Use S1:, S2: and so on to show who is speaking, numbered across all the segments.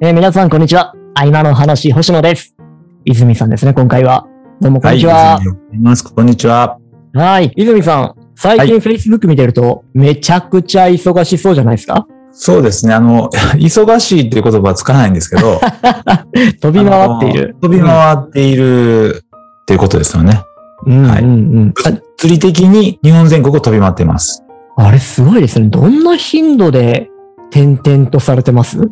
S1: えー皆さん、こんにちは。あ、今の話、星野です。泉さんですね、今回は。どうも、こんにちは。
S2: ありがとうございます。こんにちは。
S1: はい。泉さん、最近
S2: は
S1: Facebook 見てると、めちゃくちゃ忙しそうじゃないですか
S2: そうですね。あの、 忙しいっていう言葉はつかないんですけど、
S1: 飛び回っている
S2: あの。飛び回っているっていうことですよね。
S1: うん、うん、
S2: はい
S1: うん。
S2: 釣り的に日本全国を飛び回っています。
S1: ああれ、すごいですね。どんな頻度で、点々とされてます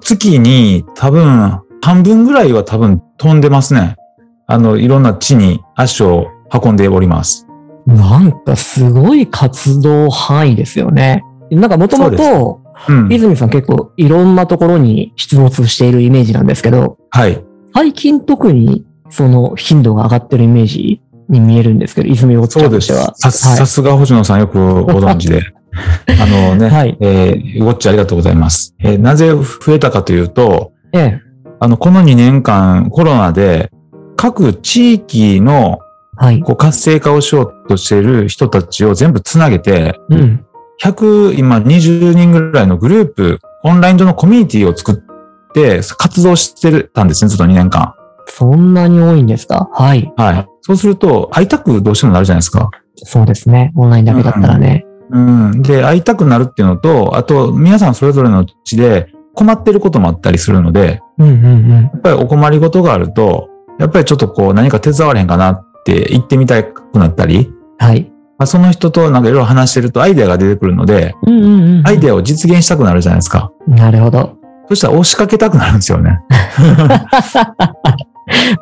S2: 月に多分半分ぐらいは多分飛んでますね。あの、いろんな地に足を運んでおります。
S1: なんか、すごい活動範囲ですよね。なんか、もともと、
S2: うん。
S1: 泉さん結構、いろんなところに出没しているイメージなんですけど、
S2: はい。
S1: 最近特にその頻度が上がってるイメージに見えるんですけど、泉おっち
S2: そ
S1: ゃ
S2: うん
S1: と
S2: で
S1: して
S2: す。
S1: は
S2: さ。
S1: は
S2: さすが星野さんよくご存知で。 あの
S1: い。
S2: ね、
S1: はい。
S2: えー、ウォッチありがとうございます。えーなぜ増えたかというと、
S1: ええ。
S2: あの、この2年間コロナで各地域の
S1: はい。
S2: こう活性化をしようとしている人たちを全部つなげて、
S1: うん。
S2: 100、今20人ぐらいのグループ、オンライン上のコミュニティを作って活動してたんですね、ずっと2年間。
S1: そんなに多いんですかはい。
S2: はい。そうすると、会いたくどうしてもなるじゃないですか。
S1: そうですね。オンラインだけだったらね。
S2: うん。で、会いたくなるっていうのと、あと、皆さんそれぞれの地で困ってることもあったりするので、
S1: うんうんうん。
S2: やっぱりお困りごとがあると、やっぱりちょっとこう何か手伝われへんかなって言ってみたくなったり、
S1: はい。
S2: まあ、その人となんかいろいろ話してるとアイデアが出てくるので、
S1: うんうんうん。
S2: アイデアを実現したくなるじゃないですか。
S1: なるほど。
S2: そしたら押しかけたくなるんですよね。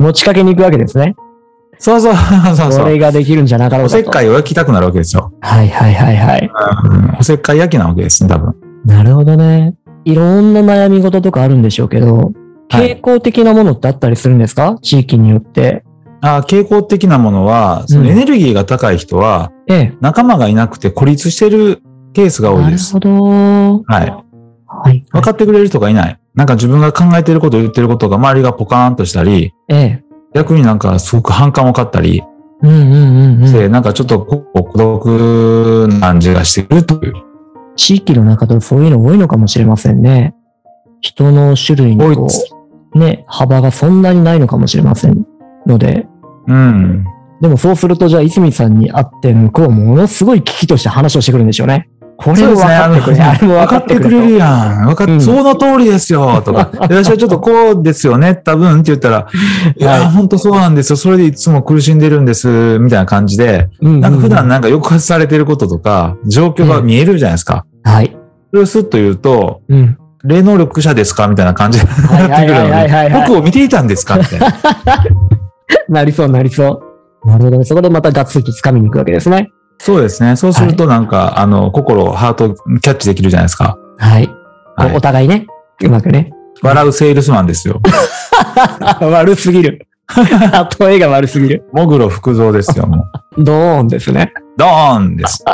S1: 持ちかけに行くわけですね。
S2: そうそうそう
S1: そ
S2: そう。
S1: れができるんじゃなかろう
S2: お
S1: かと。
S2: せっかいを焼きたくなるわけですよ。
S1: はいはいはいはい。
S2: うん、おせっかい焼きなわけですね、多分。
S1: なるほどね。いろんな悩み事とかあるんでしょうけど、
S2: はい
S1: 傾向的なものってあったりするんですか地域によって。
S2: あー傾向的なものは、そのエネルギーが高い人は、
S1: ええ。
S2: 仲間がいなくて孤立してるケースが多いです。
S1: なるほど。
S2: はい
S1: はい。
S2: 分かってくれる人がいない。なんか自分が考えてること言ってることが周りがポカーンとしたり、
S1: ええ。
S2: 逆になんかすごく反感を買ったり
S1: うんうんうん、
S2: し
S1: う
S2: て、
S1: ん。
S2: なんかちょっとこう孤独な感じがしてくるという。
S1: 地域の中でもそういうの多いのかもしれませんね。人の種類
S2: 多
S1: に
S2: い
S1: こ
S2: です
S1: う、ね、幅がそんなにないのかもしれませんので。
S2: うん。
S1: でもそうすると、じゃあ、泉さんに会って、向こうものすごい危機として話をしてくるんでしょうね。これ
S2: そう
S1: も
S2: で
S1: 分
S2: すね。
S1: か
S2: あ
S1: ってくれ。あれも分
S2: の、分
S1: か
S2: か
S1: っ
S2: ってて
S1: く
S2: く
S1: れ
S2: れ
S1: る
S2: るやん。分か
S1: う
S2: っ
S1: ん
S2: その通りですよ、 とか。いらっしゃいちょっとこうですよね、多分って言ったら、いや、本当そうなんですよ。それでいつも苦しんでるんです、みたいな感じで、
S1: うん
S2: なんか普段
S1: な。
S2: なんか抑圧されてることとか、状況が見えるじゃないですか。
S1: はい。
S2: それをスッと言うと、
S1: うん。
S2: 霊能力者ですかみたいな感じにな
S1: はい
S2: っ
S1: は
S2: て
S1: い
S2: くる
S1: はいはい
S2: の
S1: はい
S2: で、
S1: はい。
S2: 僕を見ていたんですかみたいな。
S1: なりそうなりそう。なるほどね。そこでまたガッツリ掴みに行くわけですね。
S2: そうですね。そうするとなんか、あの、心、ハートをキャッチできるじゃないですか。
S1: はい。こう
S2: はい
S1: お互いね。うまくね。
S2: 笑うセールスマンで すよ。
S1: 悪すぎる。 例えが悪すぎる。
S2: もぐろ福蔵ですよ、もう。
S1: ドーンですね。
S2: ドーンです。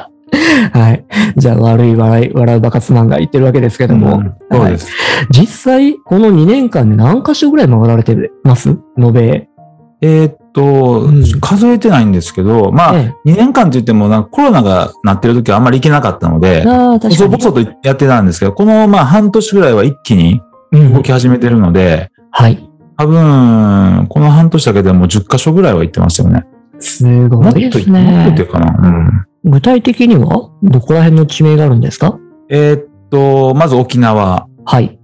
S1: はい。じゃあ、悪い笑い、笑うバカスマンが言ってるわけですけども、
S2: うんそうです。
S1: 実際、この2年間で何箇所ぐらい回られてます延べ。
S2: えーっと、
S1: うん
S2: 数えてないんですけど、まあ、
S1: え
S2: 2年間と言っても、なんかコロナがなってる時はあんまり行けなかったので
S1: え、ああ、確か
S2: 細
S1: に。
S2: 々とやってたんですけど、このまあ半年ぐらいは一気に
S1: うん
S2: 動き始めてるので、
S1: はい。
S2: 多分、この半年だけでも10カ所ぐらいは行ってますよね。
S1: す
S2: も
S1: ご
S2: っと
S1: い
S2: 言
S1: です
S2: っ
S1: ね
S2: て。かな。
S1: 具体的には、どこら辺の地名があるんですか
S2: えーっと、まず沖縄。
S1: はい。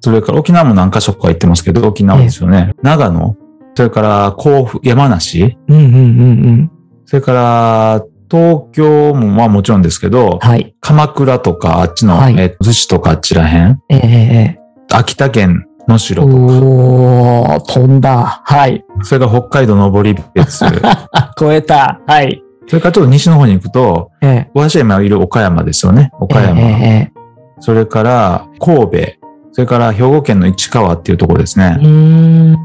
S2: それから沖縄も何か所か行ってますけど、沖縄ですよね。長野。それから甲府、山梨。
S1: うんうんうんうん。
S2: それから東京もまあもちろんですけど、
S1: はい。
S2: 鎌倉とかあっちの、
S1: はい
S2: えー逗子とかあっちらへん。
S1: ええええ
S2: 秋田県能
S1: ええ。
S2: 代とか。
S1: おー、飛んだ。はい。
S2: それから北海道登 別。それか
S1: あ、超えた。はい。
S2: らちょっと西の方に行くと、
S1: ええ。
S2: 私は今いる岡山ですよね。岡山。
S1: ええええ
S2: それから神戸。それから兵庫県の市川っていうところですね。
S1: うーん。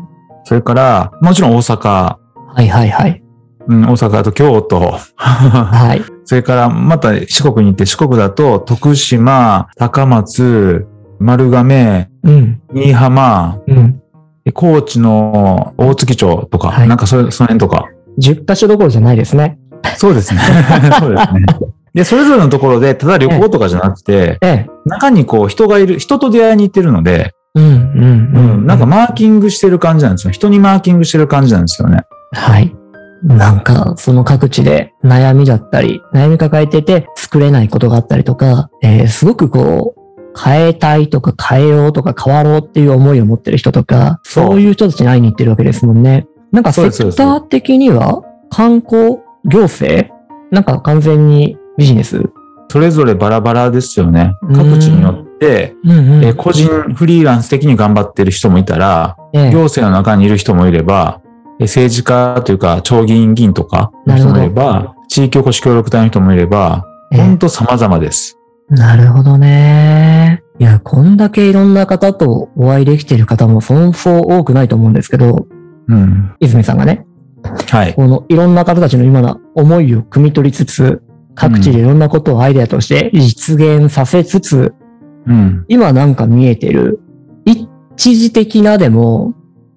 S2: それから、もちろん大阪、
S1: はいはいはい。
S2: うん、大阪と京都、
S1: はい。
S2: それからまた四国に行って、四国だと徳島、高松、丸亀、
S1: うん。
S2: 新居浜、
S1: うん。
S2: 高知の大月町とか、
S1: はい
S2: なんかそれその辺とか。
S1: 10箇所どころじゃないですね。
S2: そうですね。 そうですね。で、それぞれのところで、ただ旅行とかじゃなくて、
S1: ええ。
S2: 中にこう人がいる、人と出会いに行ってるので、
S1: うん、うん、
S2: う。
S1: うんん。
S2: なんか、マーキングしてる感じなんですよ。人にマーキングしてる感じなんですよね。
S1: はい。なんか、その各地で悩みだったり、悩み抱えてて作れないことがあったりとか、えーすごくこう、変えたいとか変えようとか変わろうっていう思いを持ってる人とか、
S2: そう
S1: そういう人たちに会いに行ってるわけですもんね。なんか
S2: そう
S1: セ
S2: で
S1: ク
S2: す
S1: ター的には、観光、行政なんか完全にビジネス
S2: それぞれバラバラですよね
S1: う。ん
S2: 各地によって、
S1: うんうん
S2: えー個人フリーランス的に頑張ってる人もいたら、
S1: ええ
S2: 行政の中にいる人もいれば、えー政治家というか、町議員議員とかの人もいれ
S1: なる
S2: ば、地域おこし協力隊の人もいれば、
S1: ええ
S2: ほんと様々です。
S1: なるほどね。いや、こんだけいろんな方とお会いできている方もそうそう多くないと思うんですけど、
S2: うん。
S1: 泉さんがね、
S2: はい。
S1: このいろんな方たちの今の思いを汲み取りつつ、各地でいろんなことをアイデアとして実現させつつ、
S2: うん。
S1: 今なんか見えてる、一時的なでも、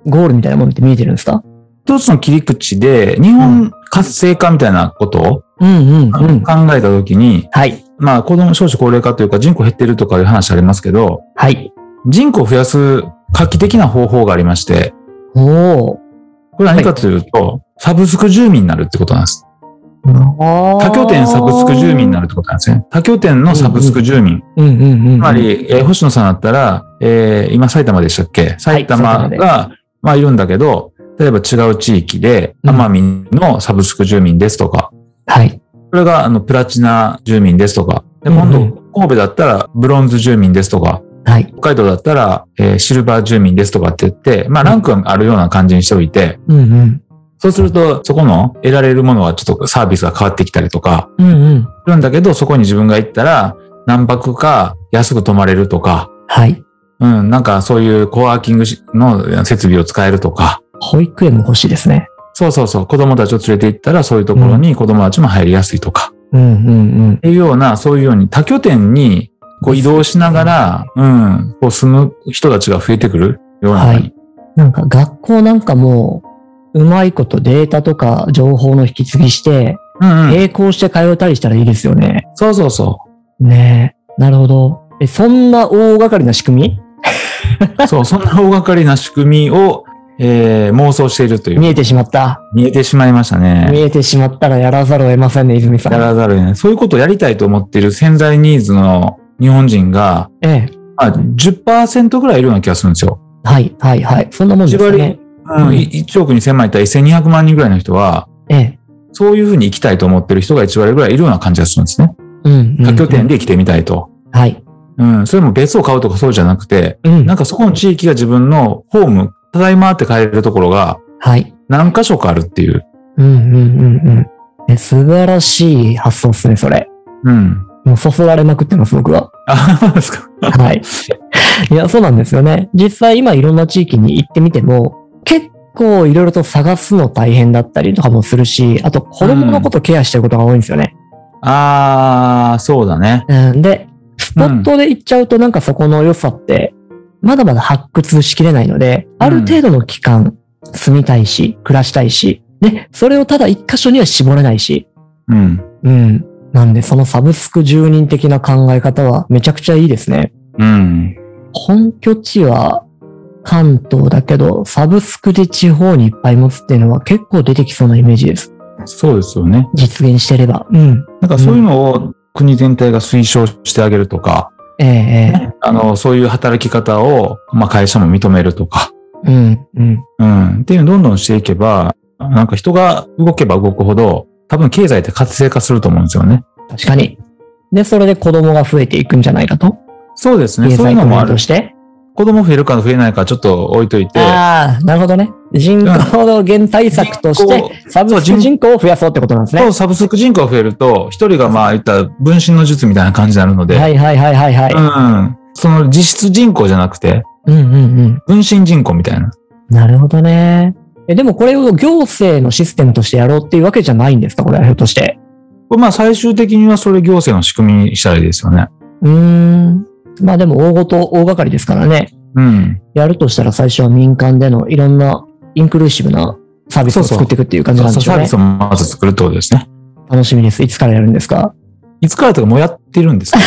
S1: ゴールみたいなものって見えてるんですか
S2: 一つの切り口で、日本活性化みたいなことを
S1: うんうん
S2: あの
S1: うん。
S2: 考えたときに、
S1: はい。
S2: まあ、子供少子高齢化というか人口減ってるとかいう話ありますけど、
S1: はい。
S2: 人口を増やす画期的な方法がありまして、
S1: おー。
S2: これ何かというと、サブスク住民になるってことなんです。
S1: 多
S2: 多拠点サブスク住民にな
S1: る。
S2: るってことなんですね。多拠点のサブスク住民。
S1: うんうんうんうん。
S2: つまり、えー星野さんだったら、えー今埼玉でしたっけ埼玉
S1: 埼玉
S2: が、まあいるんだけど、例えば違う地域で、
S1: うん
S2: 奄美のサブスク住民ですとか、
S1: はい。
S2: それがあのプラチナ住民ですとか、で
S1: うん
S2: 今度神戸だったらブロンズ住民ですとか、
S1: はい。
S2: 北海道だったら、えーシルバー住民ですとかって言って、まあランクがあるような感じにしておいて、
S1: うんうん。
S2: そうするとそこの得られるものはちょっとサービスが変わってきたりとか、
S1: うんうん。
S2: するんだけど、そこに自分が行ったら何泊か安く泊まれるとか、
S1: はい。
S2: うん、なんかそういうコワーキングしの設備を使えるとか、
S1: 保育園も欲しいですね。
S2: そうそうそう、子供たちを連れて行ったらそういうところに子供たちも入りやすいとか、
S1: うんうん
S2: っていうような、そういうように多拠点にこう移動しながら、うん、こう住む人たちが増えてくるような。
S1: はいうん。なんか学校なんかも、うまいことデータとか情報の引き継ぎして、
S2: うんうん。
S1: 並行して通えたりしたらいいですよね。
S2: そうそうそ
S1: ねえ。なるほど。え、そんな大掛かりな仕組
S2: う。 そう、そんな大掛かりな仕組みを、えー妄想しているとい
S1: み
S2: う。
S1: 見えてしまった。
S2: 見えてしまいましたね。
S1: 見えてしまったらやらざるを得ませんね、泉さ
S2: や
S1: ん。
S2: らざるを得ない。そういうことをやりたいと思っている潜在ニーズの日本人が、
S1: ええ。
S2: まあ、10%ぐらいいるような気がするんですよ。
S1: はい、はい、はい。そんなもんですよね。
S2: うん、1億2000万いたら1200万人ぐらいの人は、
S1: ええ。
S2: そういうふうに生きたいと思ってる人が1割ぐらいいるような感じがするんですね。
S1: うんうん、うん。
S2: 多拠点で生きてみたいと。
S1: はい。
S2: うん、それも別を買うとかそうじゃなくて、
S1: うん
S2: なん。かそこの地域が自分のホーム、ただいまって帰れるところが
S1: はい。
S2: 何箇所かあるっていう。
S1: うんうんうんうん。え素晴らしい発想っすね、それ。
S2: うん。
S1: もうそそられまくってます、僕は。
S2: あ、そうですか。
S1: はい。いや、そうなんですよね。実際今いろんな地域に行ってみても、結構いろいろと探すの大変だったりとかもするし、あと子供のことケアしてることが多いんですよね。
S2: あー、そうだね。
S1: うん、で、スポットで行っちゃうとなんかそこの良さって、まだまだ発掘しきれないので、ある程度の期間住みたいし、暮らしたいし、ね、それをただ一箇所には絞れないし、
S2: うん。
S1: うん。なんで、そのサブスク住人的な考え方はめちゃくちゃいいですね。
S2: うん。
S1: 本拠地は関東だけど、サブスクで地方にいっぱい持つっていうのは結構出てきそうなイメージです。
S2: そうですよね。
S1: 実現してれば。うん。
S2: なんかそういうのを国全体が推奨してあげるとか、
S1: えええ
S2: あの、そういう働き方を、まあ会社も認めるとか、
S1: えうん、うん。
S2: うん。っていうのをどんどんしていけば、なんか人が動けば動くほど、多分経済って活性化すると思うんですよね。
S1: 確かに。で、それで子供が増えていくんじゃないかと。
S2: そうですね。
S1: 経
S2: そういう
S1: 済
S2: の
S1: と
S2: もあ
S1: 面
S2: る
S1: と。して。
S2: 子供増えるか増えないかちょっと置いといて、
S1: ああ、なるほどね。人口の減対策として、サブスク人口を増やそうってことなんですね。
S2: そうサブスク人口が増えると、一人がまあ言ったら分身の術みたいな感じになるので、
S1: はいはいはいはいはい。
S2: うん。その実質人口じゃなくて、
S1: うんうんうん。
S2: 分身人口みたいな。
S1: なるほどね。え、でもこれを行政のシステムとしてやろうっていうわけじゃないんですかこれはひょっとして。
S2: これまあ最終的にはそれ行政の仕組みにしたらいいですよね。
S1: うーん。まあでも大ごと、大掛かりですからね。
S2: うん。
S1: やるとしたら最初は民間でのいろんなインクルーシブなサービスを作っていくっていう感じなんでしょ
S2: サ
S1: う
S2: ー
S1: ね。
S2: ビスをまず作るってことですね。
S1: 楽しみです。いつからやるんですか
S2: いつからとかもうやってるんですけど。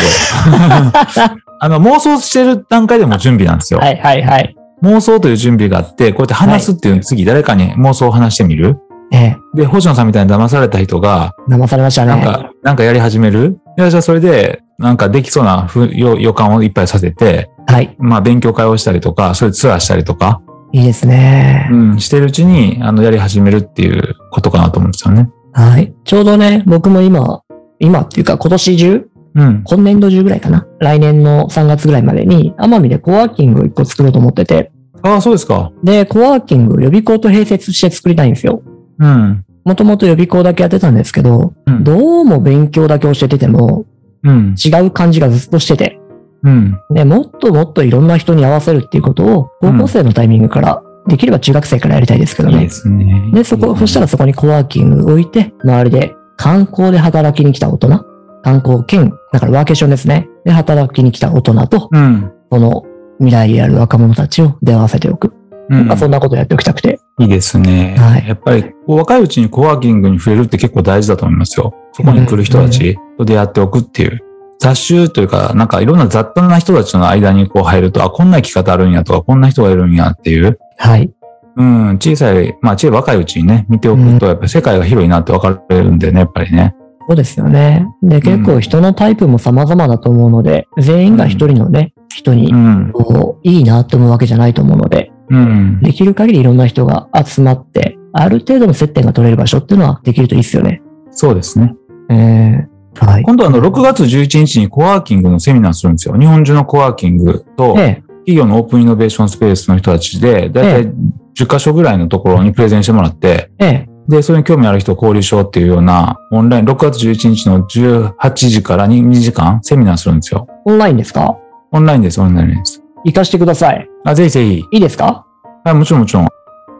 S2: あの、妄想してる段階でも準備なんですよ。
S1: はいはいはい。
S2: 妄想という準備があって、こうやって話すっていう、次誰かに妄想を話してみる
S1: え
S2: で、星野さんみたいに騙された人が、
S1: え、騙されましたね。
S2: なんか、なんかやり始めるでじゃあそれで、なんかできそうなふ予予感をいっぱいさせて、
S1: はい。
S2: まあ勉強会をしたりとか、そういうツアーしたりとか、
S1: いいですね
S2: う。ん、してるうちに、あの、やり始めるっていうことかなと思うんですよね。
S1: はい。ちょうどね、僕も今、今っていうか今年中、
S2: うん。
S1: 今年度中ぐらいかな。来年の3月ぐらいまでに、奄美でコワーキングを1個作ろうと思ってて、
S2: ああ、そうですか。
S1: で、コワーキングを予備校と併設して作りたいんですよ。
S2: うん。
S1: もともと予備校だけやってたんですけど、
S2: うん
S1: どうも勉強だけ教えてても、
S2: うん。
S1: 違う感じがずっとしてて、
S2: うん。
S1: で、もっともっといろんな人に合わせるっていうことを、高校生のタイミングから、できれば中学生からやりたいですけど
S2: いい
S1: ね
S2: で。すね。
S1: で、そこ、そした
S2: ら、
S1: らそこにコワーキング置いて、周りで観光で働きに来た大人、観光兼、だからワーケーションですね。で、働きに来た大人と、
S2: うん。
S1: その未来ある若者たちを出会わせておく。
S2: う
S1: なん
S2: ん
S1: かそんなことやっておきたくて。
S2: いいですね。
S1: はい
S2: やっぱり、こう若いうちにコワーキングに触れるって結構大事だと思いますよ。そこに来る人たちと出会っておくっていう。雑種というか、なんかいろんな雑多な人たちの間にこう入ると、あ、こんな生き方あるんやとか、こんな人がいるんやっていう。
S1: はい。
S2: うん、小さい、まあ、小さい若いうちにね、見ておくと、やっぱり世界が広いなって分かれるんでね、やっぱりね。
S1: そうですよね。で、結構人のタイプも様々だと思うので、全員が一人のね、人に
S2: う、ん、
S1: こう、いいなと思うわけじゃないと思うので、
S2: うん。
S1: できる限りいろんな人が集まって、ある程度の接点が取れる場所っていうのはできるといいですよね。
S2: そうですね。
S1: えー、はい。
S2: 今度あの、6月11日にコワーキングのセミナーするんですよ。日本中のコワーキングと、
S1: ええ
S2: 企業のオープンイノベーションスペースの人たちで、だいたい10箇所ぐらいのところにプレゼンしてもらって、
S1: ええ、
S2: で、それに興味ある人を交流しようっていうような、オンライン、6月11日の18時から 2, 2時間セミナーするんですよ。
S1: オンラインですか
S2: オンラインです、オンラインです。
S1: 行かしてください。
S2: あ、ぜひぜひ。
S1: いいですか
S2: はい、もちろんもちろん、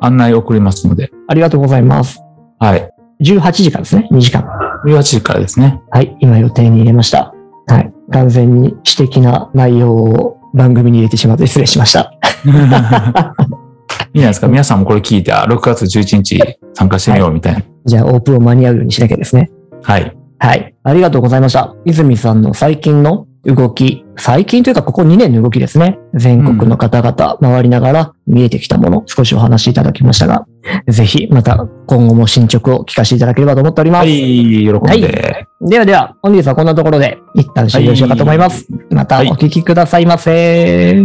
S2: 案内送りますので。
S1: ありがとうございます。
S2: はい。
S1: 18時からですね、2時間。
S2: 18時からですね。
S1: はい、今予定に入れました。はい、完全に私的な内容を番組に入れてしまって失礼しました。
S2: いいじゃないですか。皆さんもこれ聞いて、あ6月11日参加してみようみたいな。
S1: じゃあ、オープンを間に合うようにしなきゃですね。
S2: はい。
S1: はい、ありがとうございました。泉さんの最近の動き、最近というかここ2年の動きですね。全国の方々、回りながら見えてきたもの、少しお話しいただきましたが、ぜひまた今後も進捗を聞かせていただければと思っております。
S2: はい、喜んで。
S1: ではでは、本日はこんなところで一旦終了しようかと思います。またお聞きくださいませ。